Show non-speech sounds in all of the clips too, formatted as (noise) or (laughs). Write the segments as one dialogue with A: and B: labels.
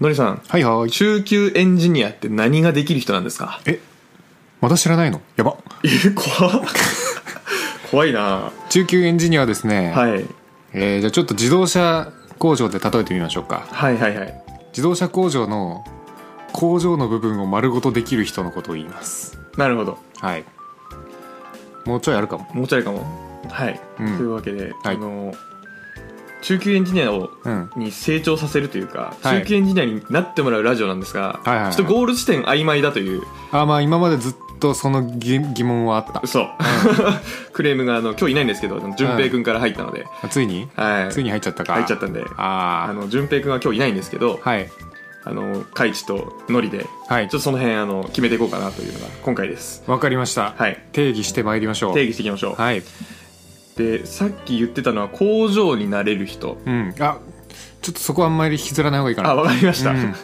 A: のりさん
B: はいはい
A: 中級エンジニアって何ができる人なんですか
B: えまだ知らないのやば
A: え怖 (laughs) 怖いな
B: 中級エンジニアはですね、
A: はい
B: えーじゃあちょっと自動車工場で例えてみましょうか
A: はいはいはい
B: 自動車工場の工場の部分を丸ごとできる人のことを言います
A: なるほど
B: はいもうちょいあるかも
A: もうちょいかもはい、
B: うん
A: というわけで、
B: はい
A: あの中級エンジニアを
B: うん
A: に成長させるというか、
B: はい
A: 中級エンジニアになってもらうラジオなんですが、
B: はいはいはい
A: ちょっとゴール地点曖昧だという
B: あまあ今までずっとその疑疑問はあった
A: 嘘、 (laughs) クレームがあの今日いないんですけど淳平君から入ったので、
B: あついに
A: はい
B: ついに入っちゃったか
A: 入っちゃったんであ
B: あ
A: の淳平君は今日いないんですけど
B: あはい
A: あのカイチとノリでち
B: は
A: ょ
B: い
A: っとその辺あの決めていこうかなというのが今回です
B: わかりました、
A: はい
B: 定義してまいりましょう
A: 定義していきましょう、
B: はい
A: でさっき言ってたのは工場になれる人
B: うんあちょっとそこはあんまり引きずらない方がいいかな
A: あわか (laughs) りました、
B: うん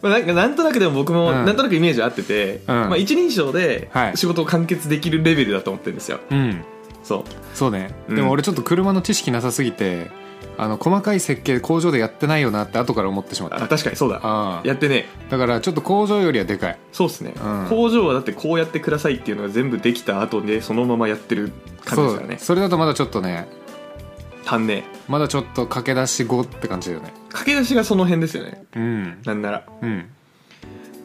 A: まあ、なんかなんとなくでも僕も
B: うん
A: なんとなくイメージ合ってて、まあ、一人称で
B: はい
A: 仕事を完結できるレベルだと思ってるんですよ
B: うん
A: そう
B: そうね、
A: うん
B: でも俺ちょっと車の知識なさすぎてあの細かい設計工場でやってないよなって後から思ってしまった
A: あ確かにそうだ
B: ああ
A: やってね
B: だからちょっと工場よりはでかい
A: そうっすね、
B: うん
A: 工場はだってこうやってくださいっていうのが全部できた後でそのままやってる感じですからね
B: そうそれだとまだちょっとね
A: 足んね
B: まだちょっと駆け出し後って感じだよね
A: え駆け出しがその辺ですよね
B: うん
A: なんなら
B: うん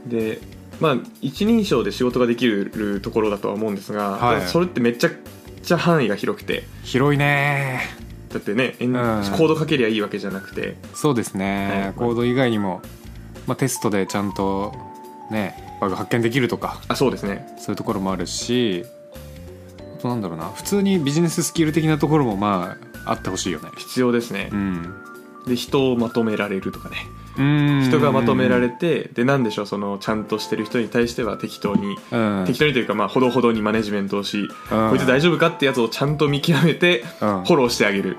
A: でまあ一人称で仕事ができるところだとは思うんですが、
B: はい
A: それってめちゃくちゃ範囲が広くて
B: 広いね
A: だってね、えん
B: ん
A: コードかけりゃいいわけじゃなくて
B: そうですね、
A: はい
B: コード以外にも、まあ、テストでちゃんとねバグ発見できるとか
A: あそうですね
B: そういうところもあるしあとなんだろうな普通にビジネススキル的なところもまああってほしいよね
A: 必要ですね
B: う、ん
A: で人をまとめられるとかね
B: うん
A: 人がまとめられてでなんでしょうそのちゃんとしてる人に対しては適当に、
B: うん
A: 適当にというかまあほどほどにマネジメントをし、
B: うん
A: こいつ大丈夫かってやつをちゃんと見極めて、
B: うん
A: フォローしてあげる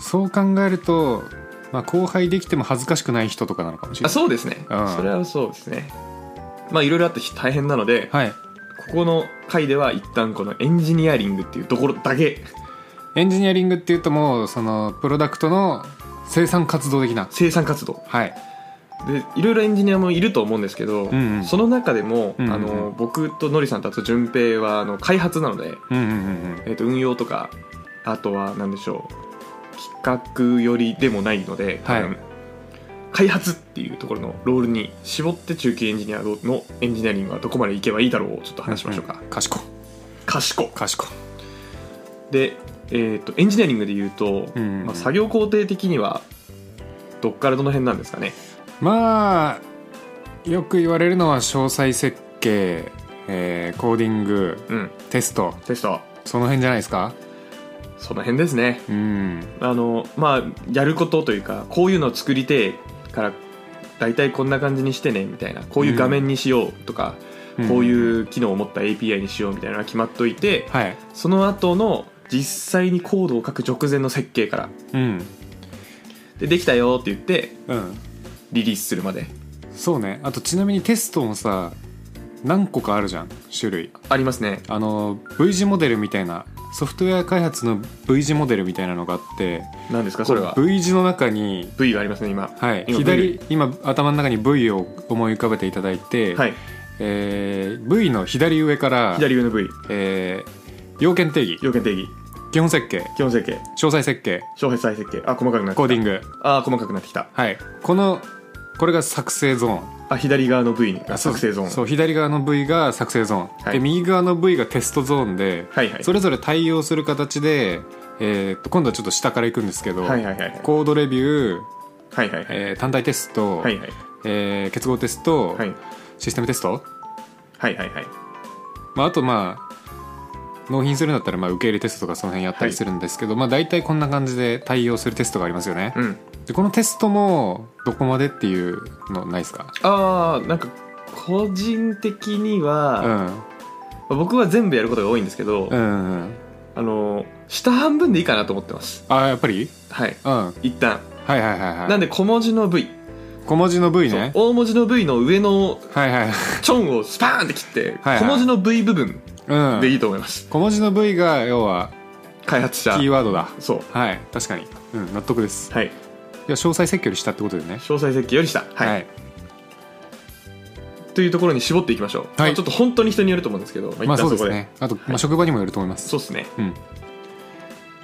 B: そう考えると、まあ、後輩できても恥ずかしくない人とかなのかもしれ
A: あ
B: ない
A: そうですね、
B: うん
A: それはそうですねまあいろいろあって大変なので、
B: はい
A: ここの回では一旦このエンジニアリングっていうところだけ
B: エンジニアリングっていうともうそのプロダクトの生産活動的な
A: 生産活動
B: はい
A: でいろいろエンジニアもいると思うんですけど、
B: んうん
A: その中でも、
B: うんうんうん
A: あの僕とのりさんとあと順平はあの開発なので、
B: うんうんうん
A: えー、と運用とかあとは何でしょう企画よりでもないので、
B: はい
A: あの開発っていうところのロールに絞って中級エンジニアのエンジニアリングはどこまでいけばいいだろうをちょっと
B: うん
A: 話しましょうか、
B: んん賢
A: 賢
B: 賢
A: で、えー、とエンジニアリングで言うと、
B: うんうんうん
A: まあ、作業工程的にはどっからどの辺なんですかね
B: まあよく言われるのは詳細設計、えーコーディング
A: うん
B: テスト
A: テスト
B: その辺じゃないですか
A: その辺ですね
B: うん
A: あのまあやることというかこういうのを作りてえから大体こんな感じにしてねみたいなこういう画面にしようとか、こういう機能を持った API にしようみたいなのが決まっといて
B: はい
A: その後の実際にコードを書く直前の設計から
B: うん
A: でできたよって言って
B: うん
A: リリースするまで
B: そうねあとちなみにテストもさ何個かあるじゃん種類
A: ありますね
B: あの V 字モデルみたいなソフトウェア開発の V 字モデルみたいなのがあって
A: 何ですかそれは
B: こう V 字の中に、
A: V がありますね今は
B: はい、
A: 今
B: 左今頭の中に V を思い浮かべていただいて、
A: い
B: えー V の左上から、
A: 左上の V
B: えー要件定義
A: 要件定義
B: 基本設計
A: 基本設計
B: 詳細設計
A: 詳細設計あ細かくなってきた
B: コーディング
A: あ細かくなってきた
B: はいこのこれが作成ゾーン
A: あ左側の V が作成ゾーン
B: そう左側の V が作成ゾーン、
A: はい
B: で右側の V がテストゾーンで、
A: はいはい
B: それぞれ対応する形で、えーっと今度はちょっと下からいくんですけど、
A: はいはいはいはい
B: コードレビュー、
A: はいはいはい
B: えー単体テスト、
A: はいはい
B: えー結合テスト、
A: はい
B: システムテスト、
A: はいはいはい
B: まあ、あとまあ納品するんだったらまあ受け入れテストとかその辺やったりするんですけど、まあ、大体こんな感じで対応するテストがありますよね、
A: うん
B: でこのテストもどこまでっていうのないですか
A: あーなんか個人的には、
B: うん
A: 僕は全部やることが多いんですけど、
B: うんうん
A: あの下半分でいいかなと思ってます
B: あやっぱり
A: はい
B: うんはい
A: 一旦
B: はいはいはい
A: なんで小文字の V、
B: 小文字の V
A: そう
B: ね
A: 大文字の V の上の
B: はいはい
A: チョンをスパーンって切って
B: はいはい
A: 小文字の V 部分
B: うん
A: でいいと思います、
B: 小文字の V が要は
A: 開発者
B: キーワードだ
A: そう
B: はい確かに、うん、納得です
A: はい
B: や詳細設計よりしたってことでね
A: 詳細設計より下はい、
B: はい
A: というところに絞っていきましょう、まあちょっと本当に人によると思うんですけど、まあ、一
B: まあ
A: 旦
B: そう
A: そこ
B: です
A: で、
B: ねあと、まあ、職場にもよると思います
A: そうですね
B: うん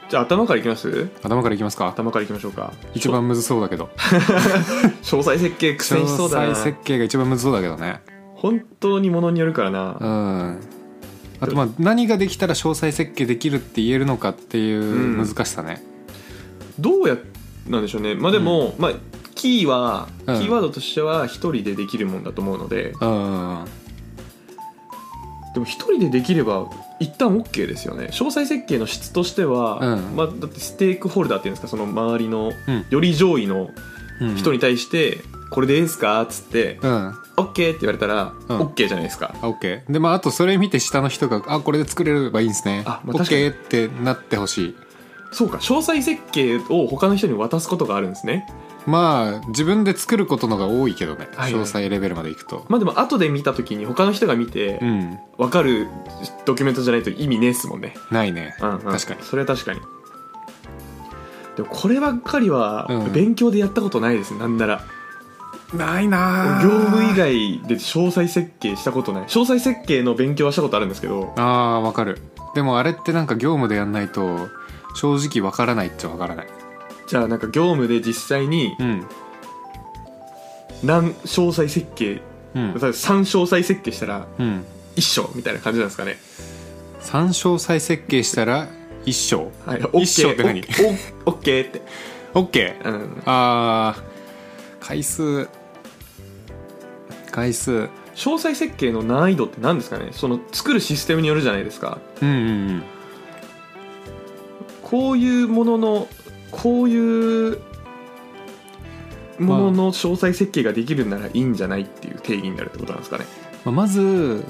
A: じゃあ頭からいきます
B: 頭からいきますか
A: 頭からいきましょうか
B: 一番むずそうだけど
A: 詳細設計苦戦しそうだな
B: 詳細設計が一番むずそうだけどね
A: 本当にものによるからな、
B: うんあとまあ何ができたら詳細設計できるって言えるのかっていう
A: うん
B: 難しさね、
A: どうやなんでしょうねまあでも、まあキーはキ
B: うん
A: ーワードとしては一人でできるもんだと思うので、
B: うんうん
A: でも一人でできれば一旦 OK ですよね詳細設計の質としては、
B: うん
A: まあ、だってステークホルダーっていうんですかその周りの
B: うん
A: より上位の
B: うん
A: 人に対して「これでいいですか?」っつって
B: うんあ
A: 「OK」って言われたら
B: うん
A: OK じゃないですか、
B: OK でまああとそれ見て下の人があこれで作れればいいんですね、
A: あまあ確かに
B: OK ってなってほしい
A: そうか詳細設計を他の人に渡すことがあるんですね
B: まあ自分で作ることのが多いけどね、
A: はいはい
B: 詳細レベルまでいくと、
A: まあでも後で見た時に他の人が見て
B: うん
A: 分かるドキュメントじゃないと意味ねえっすもんね
B: ないね、
A: うんうん
B: 確かに
A: それは確かにでもこればっかりは
B: うん
A: 勉強でやったことないですね、なんなら
B: ないな
A: 業務以外で詳細設計したことない詳細設計の勉強はしたことあるんですけど
B: あーわかるでもあれってなんか業務でやんないと正直わからないっちゃわからない
A: じゃあなんか業務で実際に
B: うん
A: 何詳細設計
B: うん
A: 例えば3詳細設計したら
B: うん
A: 1章みたいな感じなんですかね
B: 参照再設計したら一章
A: はい
B: 一章って何
A: ?OK って、
B: OK
A: うん、
B: あー回数回数
A: 詳細設計の難易度って何ですかねその作るシステムによるじゃないですか
B: うんうんうん
A: こういうもののこういうものの詳細設計ができるならいいんじゃないっていう定義になるってことなんですかね
B: まあまず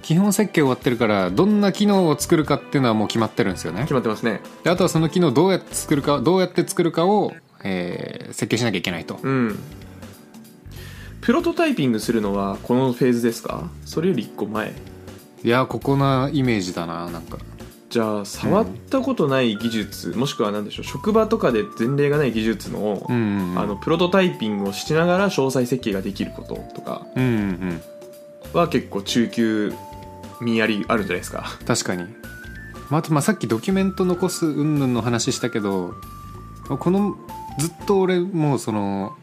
B: 基本設計終わってるからどんな機能を作るかっていうのはもう決まってるんですよね
A: 決まってますね
B: であとはその機能どうやって作るかどうやって作るかを、えー設計しなきゃいけないと
A: うんプロトタイピングするのはこのフェーズですかそれより1個前
B: いやーここなイメージだななんか
A: じゃあ触ったことない技術、もしくは何でしょう職場とかで前例がない技術の,、
B: うんうんうん
A: あのプロトタイピングをしながら詳細設計ができることとか
B: うんうんうん
A: は結構中級にやりあるんじゃないですか
B: 確かに、まあ、あとまあさっきドキュメント残す云々の話したけどこのずっと俺もうその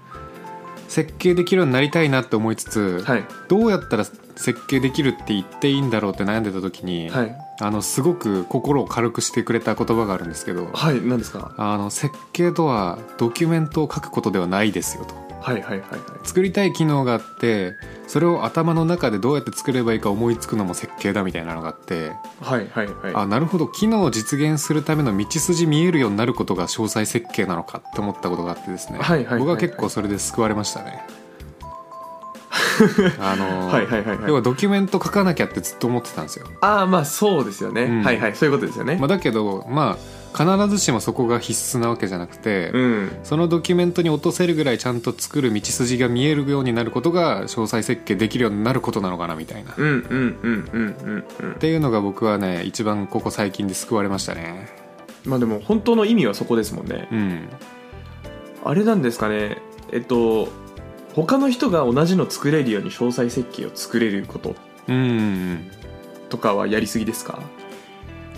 B: 設計できるようになりたいなって思いつつ、
A: はい
B: どうやったら設計できるって言っていいんだろうって悩んでた時に、
A: はい
B: あのすごく心を軽くしてくれた言葉があるんですけど
A: はい何ですか
B: あの設計とはドキュメントを書くことではないですよと
A: はいはいはいはい
B: 作りたい機能があってそれを頭の中でどうやって作ればいいか思いつくのも設計だみたいなのがあって
A: はいはいはい
B: あなるほど機能を実現するための道筋見えるようになることが詳細設計なのかって思ったことがあってですね、
A: はいはいはいはい
B: 僕は結構それで救われまし
A: (laughs)
B: たねあの
A: はいはいはいはい
B: 要はドキュメント書かなきゃってずっと思ってたんですよ、
A: ああまあそうですよね、
B: うん
A: はいはいそういうことですよね、
B: まあ、だけどまあ必ずしもそこが必須なわけじゃなくて、
A: うん
B: そのドキュメントに落とせるぐらいちゃんと作る道筋が見えるようになることが詳細設計できるようになることなのかなみたいな、っ
A: うんうんうんうんうんうん
B: ていうのが僕はね一番ここ最近で救われましたね
A: まあでも本当の意味はそこですもんね
B: うん
A: あれなんですかねえっと他の人が同じの作れるように詳細設計を作れること
B: うんうんうん
A: とかはやりすぎですか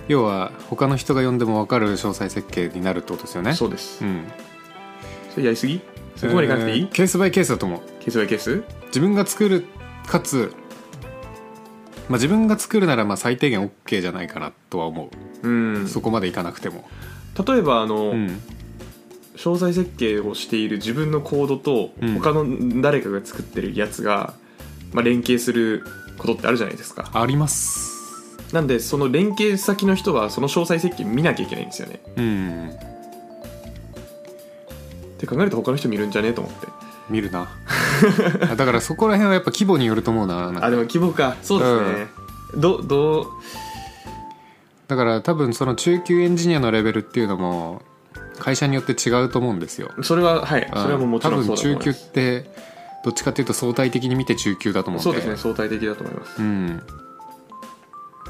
B: 要は他の人が読んでも分かる詳細設計になるってことですよね
A: そうです、
B: ん、
A: それやりすぎそこまでいかなくていい、
B: えーケースバイケースだと思う
A: ケースバイケース
B: 自分が作るかつ、まあ、自分が作るならまあ最低限 OK じゃないかなとは思う、
A: うん
B: そこまでいかなくても、
A: 例えばあの、
B: うん
A: 詳細設計をしている自分のコードと
B: うん
A: 他の誰かが作ってるやつが、まあ、連携することってあるじゃないですか
B: あります
A: なんでその連携先の人はその詳細設計見なきゃいけないんですよね
B: うん
A: って考えると他の人見るんじゃねえと思って
B: 見るな (laughs) だからそこら辺はやっぱ規模によると思うななんか
A: あでも規模かそうですね、どどう
B: だから多分その中級エンジニアのレベルっていうのも会社によって違うと思うんですよ
A: それははいそれはもうもちろんそ
B: 多
A: う
B: 分
A: だと思い
B: 中級
A: ま
B: っ
A: す
B: てどっちかっていうと相対的に見て中級だと思うんで
A: そうですね相対的だと思います、
B: うん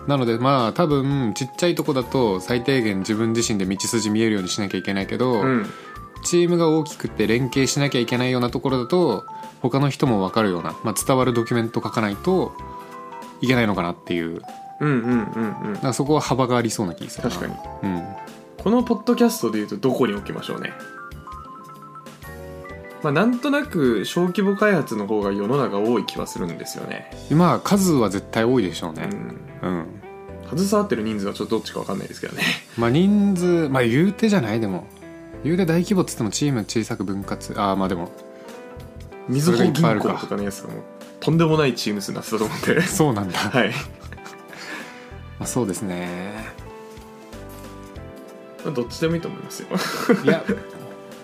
B: なのでまあ多分ちっちゃいとこだと最低限自分自身で道筋見えるようにしなきゃいけないけど、
A: うん
B: チームが大きくて連携しなきゃいけないようなところだと他の人も分かるような、まあ、伝わるドキュメント書かないといけないのかなっていう
A: うんうんうんうん
B: なんかそこは幅がありそうな気がするな
A: 確かに
B: うん
A: このポッドキャストでいうとどこに置きましょうねまあなんとなく小規模開発の方が世の中多い気はするんですよね
B: まあ数は絶対多いでしょう
A: う
B: ね
A: ん
B: うん、
A: 携わってる人数はちょっとどっちか分かんないですけど
B: (laughs)
A: ね
B: まあ人数まあ言うてじゃないでも言うて大規模っつってもチーム小さく分割ああまあでも
A: みずほ
B: それがいっぱいあ
A: 銀
B: る
A: 行
B: か
A: とかのやつがもうとんでもないチーム数になってたと思
B: (laughs)
A: って
B: そうなんだ、
A: (laughs)
B: ま
A: はい
B: あ、そうですね
A: まあどっちでもいいと思いますよ
B: いや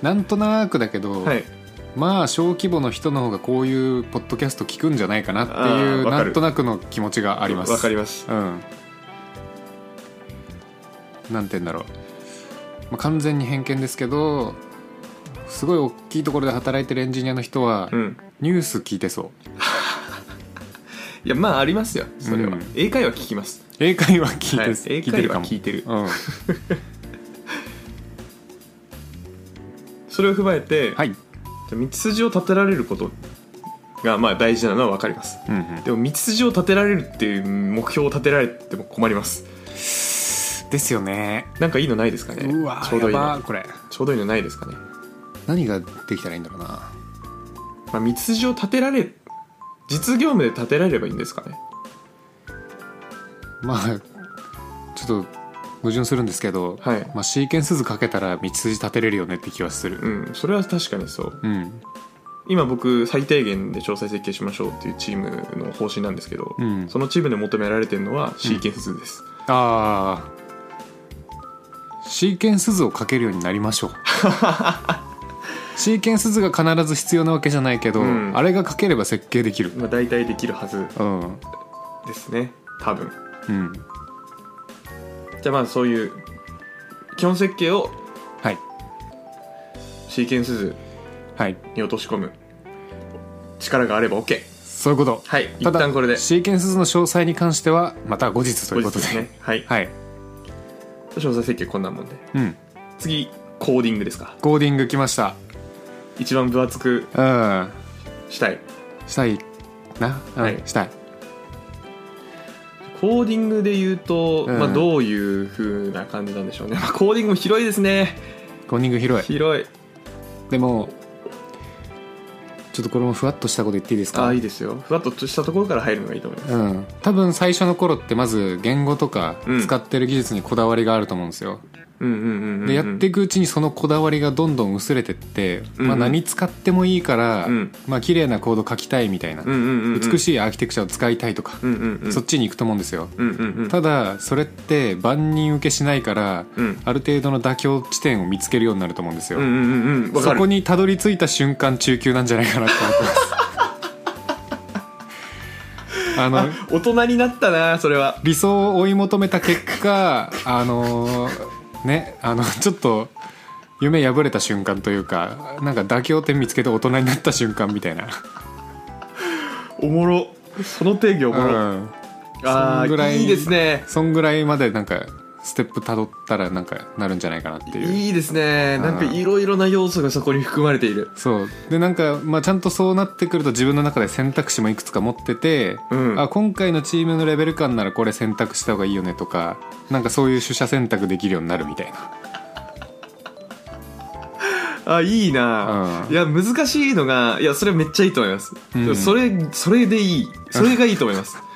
B: なんとなくだけど、
A: はい
B: まあ小規模の人の方がこういうポッドキャスト聞くんじゃないかなってい
A: あー
B: う
A: わか
B: な
A: る
B: んとなくの気持ちがあります
A: わかります
B: うんなんて言うんだろう、まあ、完全に偏見ですけどすごい大きいところで働いてるエンジニアの人は
A: うん
B: ニュース聞いてそう
A: いやまあありますよそれは、
B: うん
A: 英会話聞きます
B: 英会話聞いて,、
A: はい
B: 聞
A: 英
B: いて
A: 会
B: るか
A: 話
B: も
A: 聞いてる
B: うん、
A: それを踏まえて、
B: はい、
A: じゃあ道筋を立てられることがまあ大事なのは分かります
B: うんうん
A: でも道筋を立てられるっていう目標を立てられても困ります
B: ですよね
A: なんかいいのないですかね
B: うわ
A: ちょうどいい
B: やば
A: の
B: ーこれ
A: ちょうどいいのないですかね、
B: 何ができたらいいんだろうな
A: まあ、道筋を立てられ実業務で立てられればいいんですかね
B: まあちょっと矛盾するんですけど、
A: はい
B: まあ、シーケンス図かけたら道筋立てれるよねって気はする
A: うんそれは確かにそう
B: うん
A: 今僕最低限で詳細設計しましょうっていうチームの方針なんですけど、
B: うん
A: そのチームで求められてるのはシーケンス図です、
B: あーシーケンス図をかけるようになりましょうシーケンス図が必ず必要なわけじゃないけど、
A: うん
B: あれがかければ設計できる
A: まあ、大体できるはず
B: うんうん
A: ですね多分じゃあまあそういう基本設計を
B: はい
A: シーケンス図
B: はい
A: に落とし込む力があれば OK
B: そういうこと
A: はい一旦これで
B: シーケンス図の詳細に関してはまた後日ということで
A: 後日ですねはい
B: はい
A: 詳細設計こんなもんで
B: うん
A: 次コーディングですか
B: コーディングきました
A: 一番分厚く
B: うん
A: したい
B: したいな、うん
A: はい
B: したい
A: コーディングで言うと、
B: うん
A: まあ、どういう風な感じなんでしょうね、まあ、コーディングも広いですね
B: コーディング広い
A: 広い
B: でもちょっとこれもふわっとしたこと言っていいです
A: あ
B: か
A: あいいですよふわっとしたところから入るのがいいと思います、
B: うん、多分最初の頃ってまず言語とか
A: うん
B: 使ってる技術にこだわりがあると思うんですよ、
A: うん、うんうんうんうん
B: でやっていくうちにそのこだわりがどんどん薄れてって、
A: うん
B: まあ、何使ってもいいから、
A: うん
B: まあ綺麗なコード書きたいみたいな、
A: うんうんうんうん
B: 美しいアーキテクチャを使いたいとか、
A: うんうんうん
B: そっちに行くと思うんですよ、
A: うんうんうん
B: ただそれって万人受けしないから、
A: うん
B: ある程度の妥協地点を見つけるようになると思うんですよ、
A: うんうんうんうんわか
B: そ
A: る
B: こにたどり着いた瞬間中級なんじゃないかなと思ってます。あの
A: 大人になったなそれは
B: 理想を追い求めた結果あのねあのちょっと夢破れた瞬間というかなんか妥協点見つけて大人になった瞬間みたいな、
A: おもろその定義おもろ、
B: うん、
A: あ
B: そ
A: あ
B: んぐらい
A: いいですね
B: そんぐらいまでなんかステップたどったらなんかなるんじゃないかなっていう
A: いいですねなんかいろいろな要素がそこに含まれている
B: そうでなんか、まあ、ちゃんとそうなってくると自分の中で選択肢もいくつか持ってて、
A: うん
B: あ今回のチームのレベル感ならこれ選択した方がいいよねとかなんかそういう取捨選択できるようになるみたいな
A: あいいな、
B: うん
A: いや難しいのがいやそれめっちゃいいと思います、
B: うん
A: でもそれそれでいいそれがいいと思います
B: (laughs)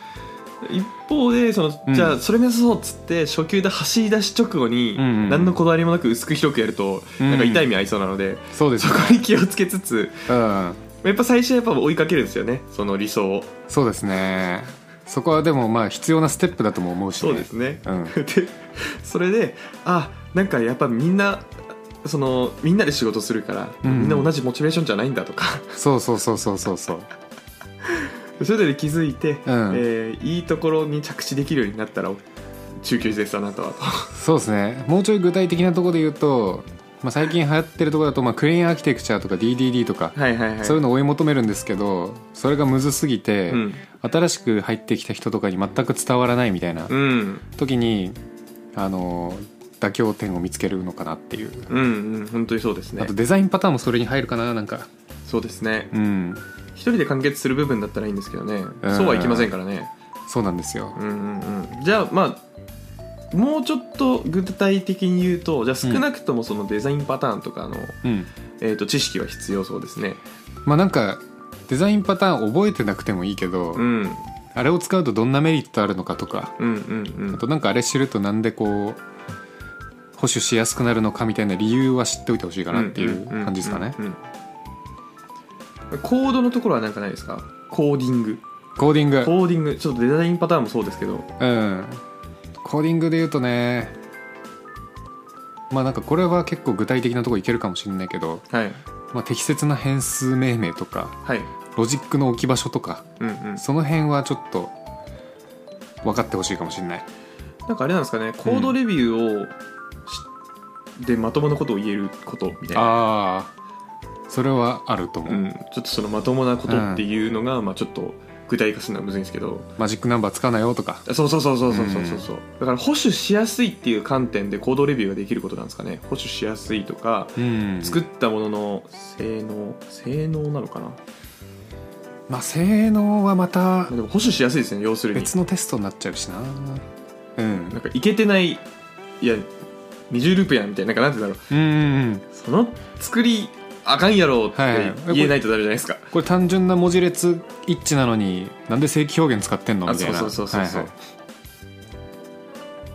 A: 一方でその、
B: うん
A: じゃあそれ目指そうっつって初級で走り出し直後に、
B: うんうん
A: 何のこだわりもなく薄く広くやると、
B: うん
A: なんか痛い目合いそうなので
B: そうです
A: そ
B: よ
A: こ
B: ね
A: に気をつけつつ
B: うん
A: やっぱ最初はやっぱ追いかけるんですよねその理想を
B: そうですねそこはでもまあ必要なステップだとも思うし、ね、
A: そうですね、
B: うん
A: (laughs) でそれであなんかやっぱみんなそのみんなで仕事するから、
B: うん
A: みんな同じモチベーションじゃないんだとか (laughs)
B: そうそうそうそうそうそう
A: それぞれ気づいて、えーいいところに着地できるようになったら中級ですあな (laughs) たは
B: そうですねもうちょい具体的なところで言うと、まあ、最近流行ってるところだと、まあ、クリーンアーキテクチャとか DDD とか、
A: はいはいはい
B: そういうのを追い求めるんですけどそれがむずすぎて、
A: うん
B: 新しく入ってきた人とかに全く伝わらないみたいな
A: うん
B: 時にあの妥協点を見つけるのかなっていう、
A: うんうん本当にそうです
B: あ
A: ね
B: とデザインパターンもそれに入るかななんか
A: そうですね
B: うん
A: 一人で完結する部分だったらいいんですけどね
B: うん
A: そうはいきませんからね
B: そうなんですよ
A: うんうんうんじゃあまあもうちょっと具体的に言うとじゃあ少なくともそのデザインパターンとかの、
B: うん
A: えー、と知識は必要そうですね
B: まあなんかデザインパターン覚えてなくてもいいけど、
A: うん
B: あれを使うとどんなメリットあるのかとか
A: うんうん
B: あとなんかあれ知るとなんでこう保守しやすくなるのかみたいな理由は知っておいてほしいか
A: う
B: なんっていう感じですかね
A: うんうんうんコードのところはなんかないですかコーディング
B: コーディング
A: コーディングちょっとデザインパターンもそうですけど
B: うんコーディングで言うとねまあなんかこれは結構具体的なとこいけるかもしれないけど、
A: はい
B: まあ、適切な変数命名とか
A: はい
B: ロジックの置き場所とか
A: うんうん
B: その辺はちょっと分かってほしいかもしれない
A: なんかあれなんですかねコードレビューをしでまともなことを言えることみたいな、
B: ああそれはあると思う、
A: うん、ちょっとそのまともなことっていうのが、まあ、ちょっと具体化するのはむずいんですけど
B: マジックナンバー使うなよとか
A: そうそうそうそうそうそうそうそうだから保守しやすいっていう観点でコードレビューができることなんですかね保守しやすいとか
B: うん
A: 作ったものの性能性能なのかなま
B: まあ性能はまた
A: あでも保守しやすいですね要するに
B: 別のテストになっちゃうしなうん
A: なんかいけてないいや20ループやんみたいななんかなんて言うんだろ
B: うんうんうん
A: うその作りあかんやろって
B: はい
A: 言えないとダメじゃないですか、
B: これ単純な文字列一致なのになんで正規表現使ってんの
A: あ
B: みたいな
A: そうそうそうそうそう
B: はいはい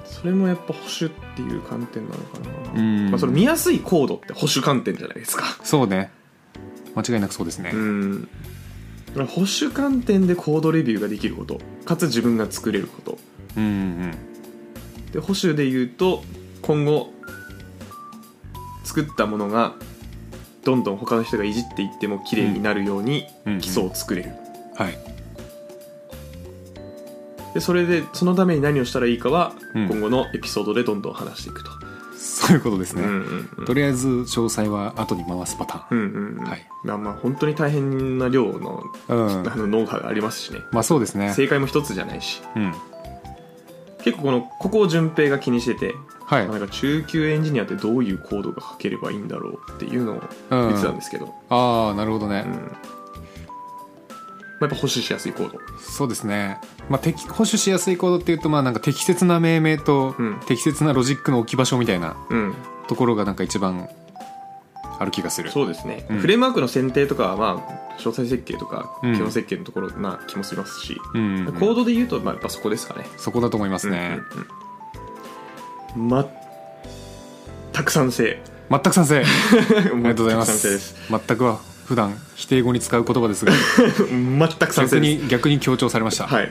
A: それもやっぱ保守っていう観点なのかな、
B: うん
A: まあ、それ見やすいコードって保守観点じゃないですか
B: そうね間違いなくそうですね、
A: うん保守観点でコードレビューができることかつ自分が作れること
B: うんうん
A: で保守で言うと今後作ったものがどんどん他の人がいじっていっても綺麗になるように
B: うんうん
A: 基礎を作れる、
B: はい
A: でそれでそのために何をしたらいいかは
B: うん
A: 今後のエピソードでどんどん話していくと、
B: そういうことです
A: うん
B: ね、
A: うんうん
B: とりあえず詳細は後に回すパタ
A: うんうんうん
B: はい
A: まあまあ本当に大変な量の,、
B: ーンうん
A: あのノウハウがありますしね
B: まあそうですね
A: 正解も一つじゃないし
B: うん
A: 結構このここを順平が気にしてて、
B: はい、
A: なんか中級エンジニアってどういうコードが書ければいいんだろうっていうのを
B: うん
A: 言ってたんですけど、
B: ああなるほどね、
A: うんまあ、やっぱ保守しやすいコード
B: そうですね、まあ、適保守しやすいコードっていうとまあなんか適切な命名と
A: うん
B: 適切なロジックの置き場所みたいな
A: うん
B: ところがなんか一番ある気がする
A: そうですね、
B: うん
A: フレームワークの選定とかはまあ詳細設計とか
B: うん
A: 基本設計のところな気もしますし、
B: うんうんうん
A: コードで言うとまあやっぱそこですかね
B: そこだと思いますね、
A: うんうんうんまたくさん性
B: 全く賛
A: (laughs)
B: 成 (laughs) あ
A: あり
B: りがとうございま
A: 全く賛
B: す
A: 成です
B: 全くは普段否定語に使う言葉ですが
A: 全く賛
B: 逆
A: 成です
B: に逆に強調されました
A: はい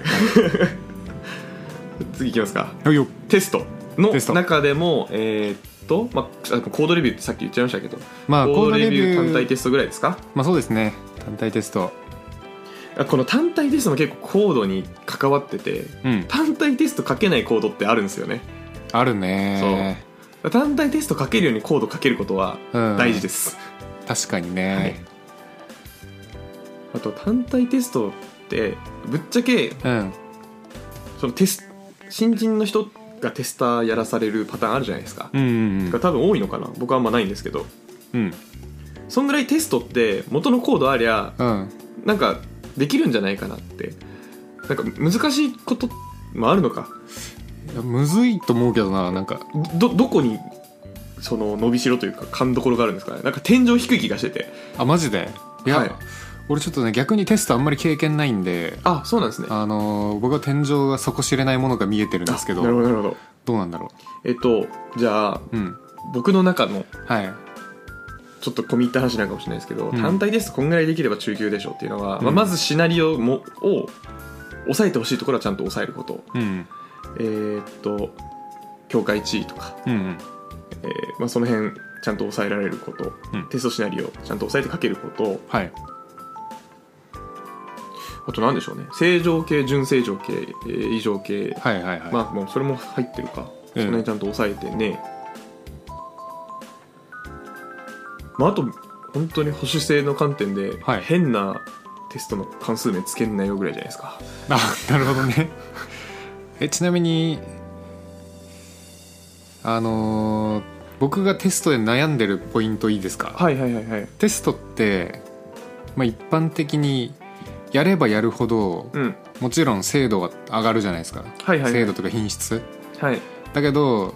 A: (laughs) 次いきますか
B: はいよ
A: テストの
B: テスト
A: 中でもえーっと、まあ、あコードレビューってさっき言っちゃいましたけど、
B: まあ
A: コ
B: コ
A: ー
B: ー
A: ド
B: ド
A: レ
B: レ
A: ビ
B: ビ
A: ュー
B: ュー
A: 単体テストぐらいですか
B: まあそうですね単体テスト
A: あこの単体テストも結構コードに関わってて
B: うん
A: 単体テスト書けないコードってあるんですよね
B: あるね
A: 単体テスト書けるようにコード書けることは
B: うん
A: 大事です、
B: 確かにね、
A: あと単体テストってぶっちゃけ
B: うん
A: そのテス新人の人がテスターやらされるパターンあるじゃないですか、
B: うんうん
A: が多分多いのかな僕はあんまないんですけど
B: うん
A: そんぐらいテストって元のコードありゃ
B: うん
A: なんかできるんじゃないかなってなんか難しいこともあるのか
B: いやむずいと思うけどななんか
A: どどこにその伸びしろというか勘どころがあるんですかねなんか天井低い気がしてて
B: あマジでいや、
A: はい
B: 俺ちょっとね逆にテストあんまり経験ないんで
A: あそうなんですね
B: あのー僕は天井が底知れないものが見えてるんですけど
A: あなるほどなるほど
B: どうなんだろ
A: えっとじゃあ
B: ううん
A: 僕の中の
B: はい
A: ちょっと込み入った話になるかもしれないですけど、
B: うん
A: 単体ですとこんぐらいできれば中級でしょうっていうのは、まあ、
B: うん
A: まずシナリオもを抑えてほしいところはちゃんと抑えること
B: うん
A: えーっと境界地位とか、
B: うんうん
A: えーまあ、その辺ちゃんと抑えられること、
B: うん
A: テストシナリオちゃんと抑えて書けること
B: はい
A: あと何でしょうね正常系純正常系、えー異常系、
B: はいはいはい、
A: まあもうそれも入ってるか、
B: ええ
A: その辺ちゃんと抑えてねまああと本当に保守性の観点で、
B: はい
A: 変なテストの関数名つけんなよぐらいじゃないですか
B: (laughs) あなるほどねえちなみにあのー僕がテストで悩んでるポイントいいですか、
A: はいはいはいはい
B: テストって、まあ、一般的にやればやるほど、
A: うん
B: もちろん精度は上がるじゃないですか、
A: はいはいは
B: 精
A: い
B: 度とか品質
A: はい
B: だけど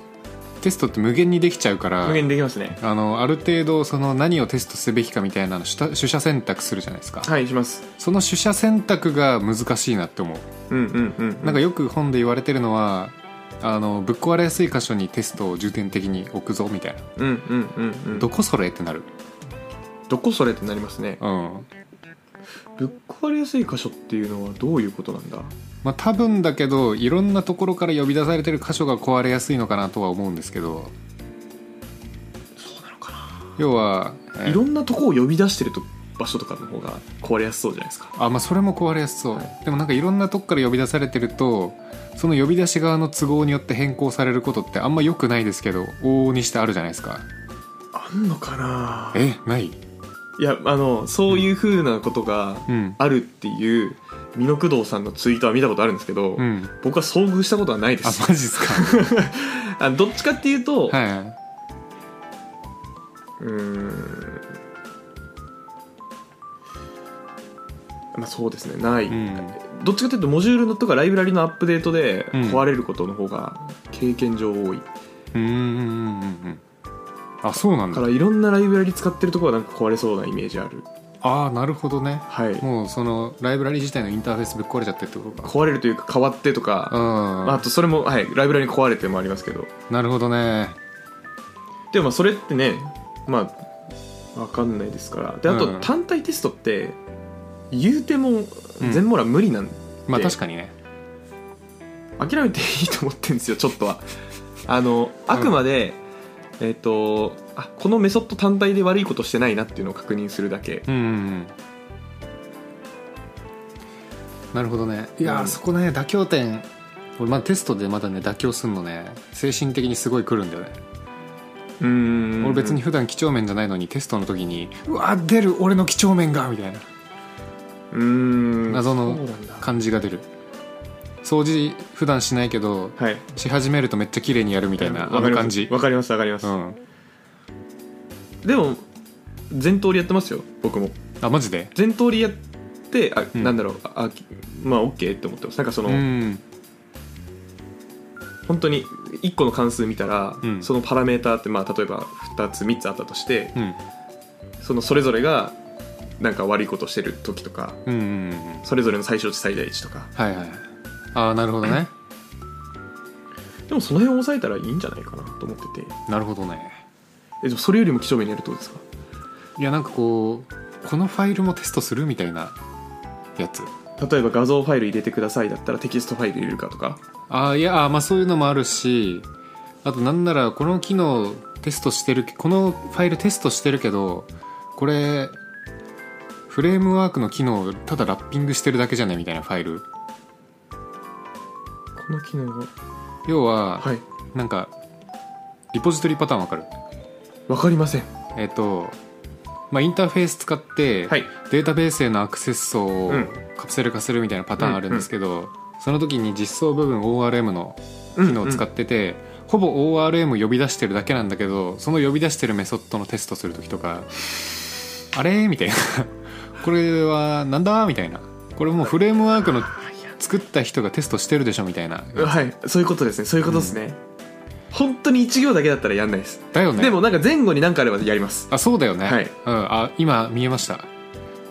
B: テストって無限にできちゃうから
A: 無限にできますね
B: あのある程度その何をテストすべきかみたいなの取取捨選択するじゃないですか、
A: はいします
B: その取捨選択が難しいなって思う、
A: うんうんうん
B: なんかよく本で言われてるのはあのぶっ壊れやすい箇所にテストを重点的に置くぞみたいな、
A: うんうんうんうんど
B: どこそれってなる
A: どこそれってなりますね
B: うん
A: ぶっ壊れやすい箇所っていうのはどういうことなんだ
B: まあ多分だけどいろんなところから呼び出されてる箇所が壊れやすいのかなとは思うんですけど
A: そうなのか
B: 要は、え
A: いろんなとこを呼び出してると場所とかの方が壊れやすそうじゃないですか
B: あまあそれも壊れやすそう、
A: はい
B: でもなんかいろんなとこから呼び出されてるとその呼び出し側の都合によって変更されることってあんま良くないですけど往々にしてあるじゃないですか
A: あんのかな
B: えない
A: いやあのそういうふうなことが
B: うん
A: あるっていう美濃工藤さんのツイートは見たことあるんですけど、
B: うん
A: 僕は遭遇したことはないで
B: あ
A: す
B: マジですか
A: あどっちかっていうと、
B: は
A: うーんまあそうですねない、
B: い、うん、
A: どっちかっていうとモジュールのとかライブラリのアップデートで
B: うん
A: 壊れることの方が経験上多い、
B: うんうんうんうんうんあそうなん
A: か
B: だ
A: らいろんなライブラリ使ってるところはなんか壊れそうなイメージある
B: ああなるほどね
A: はい
B: もうそのライブラリ自体のインターフェースぶっ壊れちゃってるってことか
A: 壊れるというか変わってとか、
B: うん、
A: まあ、あとそれも、はい、ライブラリに壊れてもありますけど
B: なるほどね
A: でもまあそれってねまあわかんないですからであ
B: う
A: と
B: ん
A: 単体テストって言うても
B: うん
A: 全網羅無理なんで、
B: まあ確かにね
A: 諦めていいと思ってるんですよちょっとはあのあくまで、えっ、とあこのメソッド単体で悪いことしてないなっていうのを確認するだけ
B: うんうんうんなるほどねいやー、
A: うん
B: そこね妥協点俺まだテストでまだね妥協するのね精神的にすごいくるんだよね、
A: うーん
B: 俺別に普段几帳面じゃないのにテストの時にうわ出る俺の几帳面がみたいな
A: うーん
B: 謎の
A: そうなんだ
B: 感じが出る掃除普段しないけど
A: はい
B: し始めるとめっちゃ綺麗にやるみたいなあの感じ
A: わかりますわかります、
B: うん
A: でも全通りやってますよ僕も
B: あマジで
A: 全通りやってあ、
B: うん
A: なんだろうあきまあ OK って思ってますなんかその、
B: うん
A: 本当に1個の関数見たら、
B: うん
A: そのパラメーターって、まあ、例えば2つ3つあったとして
B: うん
A: そのそれぞれがなんか悪いことしてる時とか
B: うんうんうんうん
A: それぞれの最小値最大値とか
B: はいはいああなるほ
A: (laughs)
B: どね
A: でもその辺を抑えたらいいんじゃないかなと思ってて
B: なるほどね
A: えでもそれよりも几帳面にやるってことですか
B: いやなんかこうこのファイルもテストするみたいなやつ
A: 例えば画像ファイル入れてくださいだったらテキストファイル入れるかとか
B: あーいやあーまあそういうのもあるしあとなんならこの機能テストしてるこのファイルテストしてるけどこれフレームワークの機能をただラッピングしてるだけじゃないみたいなファイル
A: この機能が
B: 要は、
A: はい
B: なんかリポジトリパターンわかる
A: わかりません
B: えっ、とまあインターフェース使って、
A: はい
B: データベースへのアクセス層を
A: うん
B: カプセル化するみたいなパターンあるんですけど、その時に実装部分 ORM の
A: 機
B: 機能を使ってて、ほぼ ORM 呼び出してるだけなんだけどその呼び出してるメソッドのテストする時とか「あれ?」みたいな (laughs) 「これはなんだ?」みたいなこれもうフレームワークの作った人がテストしてるでしょみたいな
A: はいそういうことですねそういうことですね、本当に1行だけだったらやんないです、
B: だよね
A: でもなんか前後に何かあればやります
B: あそうだよね、
A: はい
B: うん、あ今見えました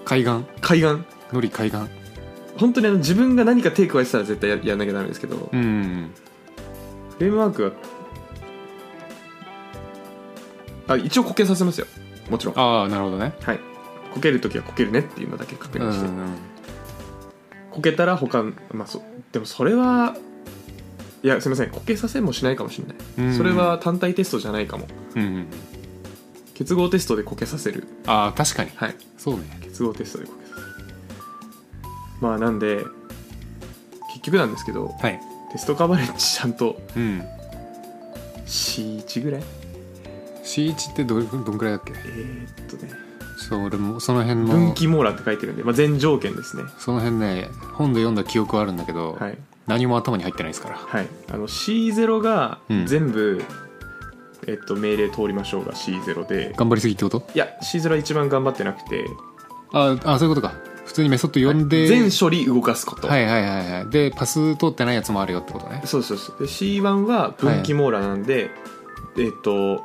B: 海岸
A: 海岸
B: のり海岸
A: 本当にあの自分が何か手加えてたら絶対ややんなきゃダメですけど、フ
B: うん
A: レームワークはあ一応固形させますよもちろん
B: ああなるほどね
A: はいこけるときはこけるねっていうのだけ確
B: うんう
A: 認して、
B: ん
A: こけたら他のまあそうでもそれはいやすいませんこけさせもしないかもしれない、
B: うん
A: それは単体テストじゃないかも
B: うんうん
A: 結合テストでこけさせる
B: ああ確かに
A: はい
B: そうね
A: 結合テストでこけさせるまあなんで結局なんですけど
B: はい
A: テストカバレッジちゃんと
B: うん
A: C1 ぐらい
B: C1 ってどれどんくらいだっけ
A: えー、っとね
B: ちょっと俺もその辺の
A: 分岐網羅って書いてるんで、まあ、全条件ですね
B: その辺ね本で読んだ記憶はあるんだけど、
A: はい
B: 何も頭に入ってないですから
A: はいあの C0 が
B: うん
A: 全部、えっと、命令通りましょうが C0 で
B: 頑張りすぎってこと
A: いや C0 は一番頑張ってなくて
B: ああそういうことか普通にメソッド呼んで、
A: 全処理動かすこと、
B: はいはいはいはいでパス通ってないやつもあるよってことね
A: そうそうそうで C1 は分岐網羅なんで、えっと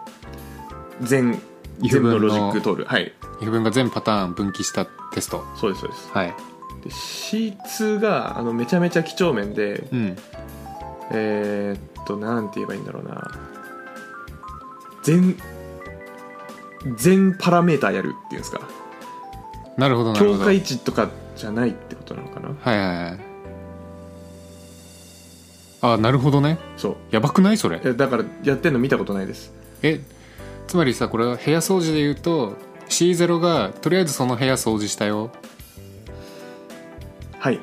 A: 全
B: 一
A: 全部
B: 部
A: の
B: の
A: ロジック通るはい
B: 自分が全パターン分岐したテスト
A: そうですそうです
B: はい
A: で C2 があのめちゃめちゃ几帳面で
B: うん
A: えーっとなんて言えばいいんだろうな全全パラメータやるっていうんですか
B: なるほどなる
A: 境
B: ほどはい
A: 界値とかじゃないってことなのかな
B: はいはいあなるほどね
A: そう
B: やばくないそれ
A: えだからやってんの見たことないです
B: えつまりさこれは部屋掃除で言うと C0 がとりあえずその部屋掃除したよ
A: はい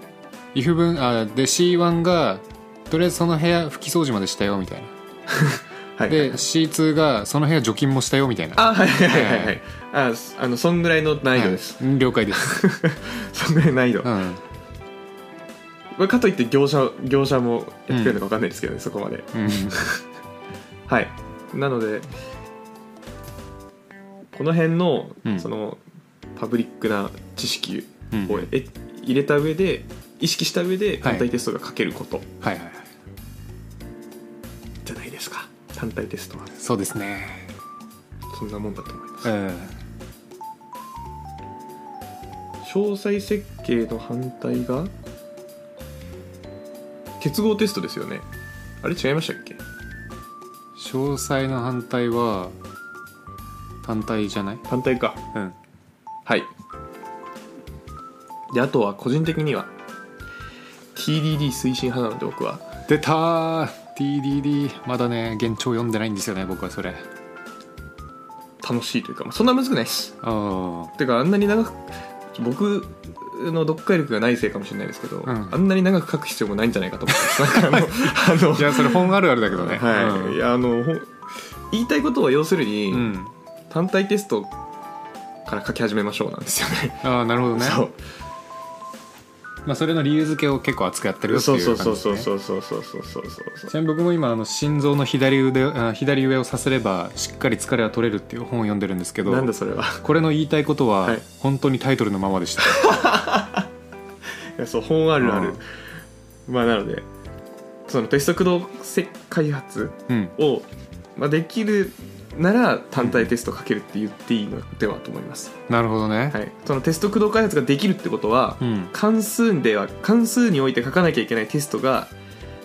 B: if 分あで C1 がとりあえずその部屋拭き掃除までしたよみたいな
A: はい
B: で C2 がその部屋除菌もしたよみたいな
A: あはいはいはいはいは
B: はい
A: あすあのそんぐらいの難易度です、
B: はいうん了解です
A: (laughs) そんぐらいの難易度
B: う、ん
A: まあかといって業者業者もやってくれるのか分かんないですけどね、そこまで
B: うん
A: はいなのでこの辺の、
B: うん
A: そのパブリックな知識
B: うん
A: をえ入れた上で意識した上で単体テストが書けること
B: はいはいはい
A: じゃないですか、単体テストは
B: そうですね
A: そんなもんだと思います
B: うん
A: 詳細設計の反対が結合テストですよねあれ違いましたっけ
B: 詳細の反対は単体じゃない
A: 単体か
B: うん
A: はいであとは個人的には TDD 推進派なので僕は
B: 出たー TDD まだね現状読んでないんですよね僕はそれ
A: 楽しいというか、まあそんなむずくないし
B: あ
A: てかあんなに長く僕の読解力がないせいかもしれないですけど、
B: ん
A: あんなに長く書く必要もないんじゃないかと思ってますなん
B: い
A: か
B: やそれ本あるあるだけど
A: あの
B: ね
A: はい、いやあのほん言いたいことは要するに、
B: うん、うん
A: 単体テストから書き始めましょうなんですよね
B: ああなるほどね
A: そう
B: まあ、それの理由付けを結構扱ってるよって
A: そ
B: いうう感じ
A: そ
B: で
A: う
B: す、ね、
A: そうそうそうそうそうそうそう
B: ちなみに僕も今あの心臓の左腕あ左上をさせればしっかり疲れは取れるっていう本を読んでるんですけど
A: なんだそれは
B: これの言いたいことは
A: はい
B: 本当にタイトルのままで
A: (laughs)
B: した、
A: いやそう本あるある、まあなのでそのテスト駆動せ開発
B: うん
A: を、まあ、できるなら単体テストかけるって言っていいのではと思います、
B: なるほどね、
A: はい、そのテスト駆動開発ができるってことは、
B: うん
A: 関数では関数において書かなきゃいけないテストが、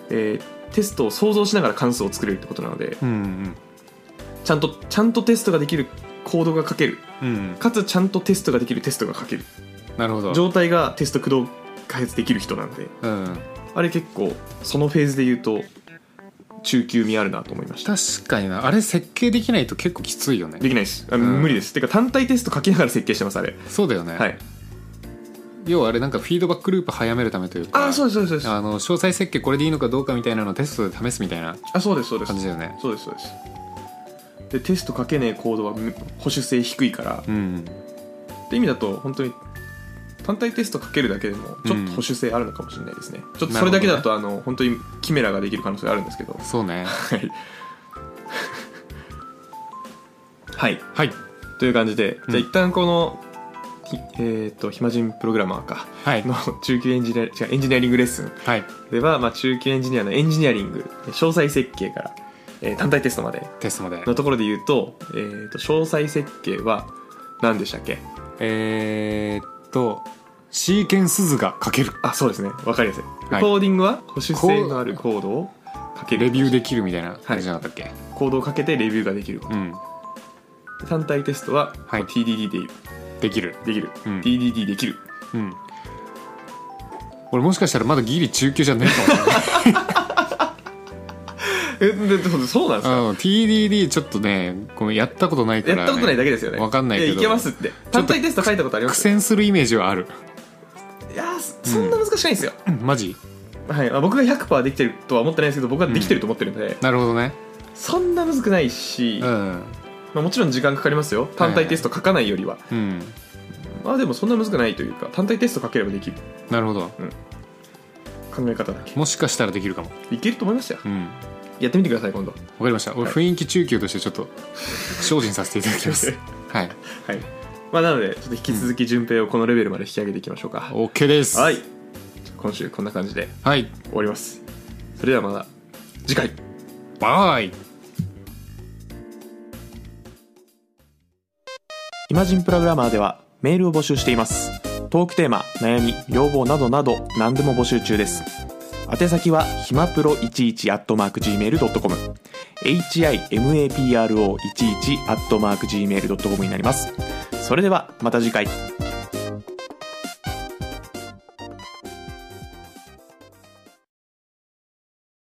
A: えーテストを想像しながら関数を作れるってことなので、
B: うんうん
A: ちゃんとちゃんとテストができるコードが書ける
B: うん
A: かつちゃんとテストができるテストが書ける
B: なるほど
A: 状態がテスト駆動開発できる人なんで
B: うん、
A: あれ結構そのフェーズで言うと中級味あるなと思いました
B: 確かになあれ設計できないと結構きついよね
A: できないですあ
B: ん
A: 無理ですてか単体テスト書きながら設計してますあれ
B: そうだよね、
A: はい
B: 要はあれなんかフィードバックループ早めるためというか
A: ああそうですそうですそうです
B: あの詳細設計これでいいのかどうかみたいなのをテストで試すみたいな
A: あそうですそうです
B: 感じだよね
A: そうですそうですでテスト書けねえコードはむ保守性低いから
B: うん
A: って意味だと本当に単体テストかけるだけでもちょっと保守性あるのかもしれないですね、ちょっとそれだけだと、あの本当にキメラができる可能性あるんですけ
B: (laughs)
A: ど
B: そう
A: (laughs)
B: ね
A: はいはい
B: はい
A: という感じで、
B: うん
A: じゃあ一旦このひえっ、と暇人プログラマーか
B: はい
A: の中級エンジニア違うエンジニアリングレッスン
B: はい
A: では、まあ、中級エンジニアのエンジニアリング詳細設計から、えー単体テストまで
B: テストまで
A: のところで言うと,、えー、と詳細設計は何でしたっけ
B: えー、っとシーケンス図が書ける
A: あそうですねわかりやすい、
B: はい
A: コーディングは保守性のあるコードをかける
B: レビューできるみたいな感じじゃなかったっけ、
A: コードをかけてレビューができること、
B: うん
A: 単体テストは、
B: はい
A: TDD で
B: できる
A: できる、
B: うん
A: TDD できる
B: うん俺もしかしたらまだギリ中級じゃねえかも
A: (laughs)
B: ね
A: えででもそうなんですか、
B: うん TDD ちょっとねこのやったことないから、ね、
A: やったことないだけですよね
B: わかんないけど
A: やいけますって単体テスト書いたことありま
B: 苦
A: すい
B: 戦するイメージはある、
A: やーそそんな難しくないんですよ、
B: うんマジ
A: はい、まあ僕が100%できてるとは思ってないですけど僕はできてると思ってるので、
B: なるほどね
A: そんな難くないし、
B: う
A: ま
B: ん
A: あ、もちろん時間かかりますよ単体テスト書かないよりは、
B: うん
A: まあでもそんな難くないというか単体テスト書ければできる
B: なるほど
A: 考え方だけ
B: もしかしたらできるかも
A: いけると思いますよ
B: うん
A: やってみてください今度
B: かりました俺雰囲気中級としてちょっと精進させていただきますはい
A: (laughs) はい、まあ、なのでちょっと引き続き順平をこのレベルまで引き上げていきましょうか、
B: OK です
A: はい今週こんな感じで
B: はい、
A: 終わりますそれではまた次回
B: バイ
A: イマジンプログラマーではメールを募集していますトークテーマ悩み要望などなど何でも募集中です宛先はひまプロ11 at mark gmail.com himapro11 at mark gmail.com になりますそれではまた次回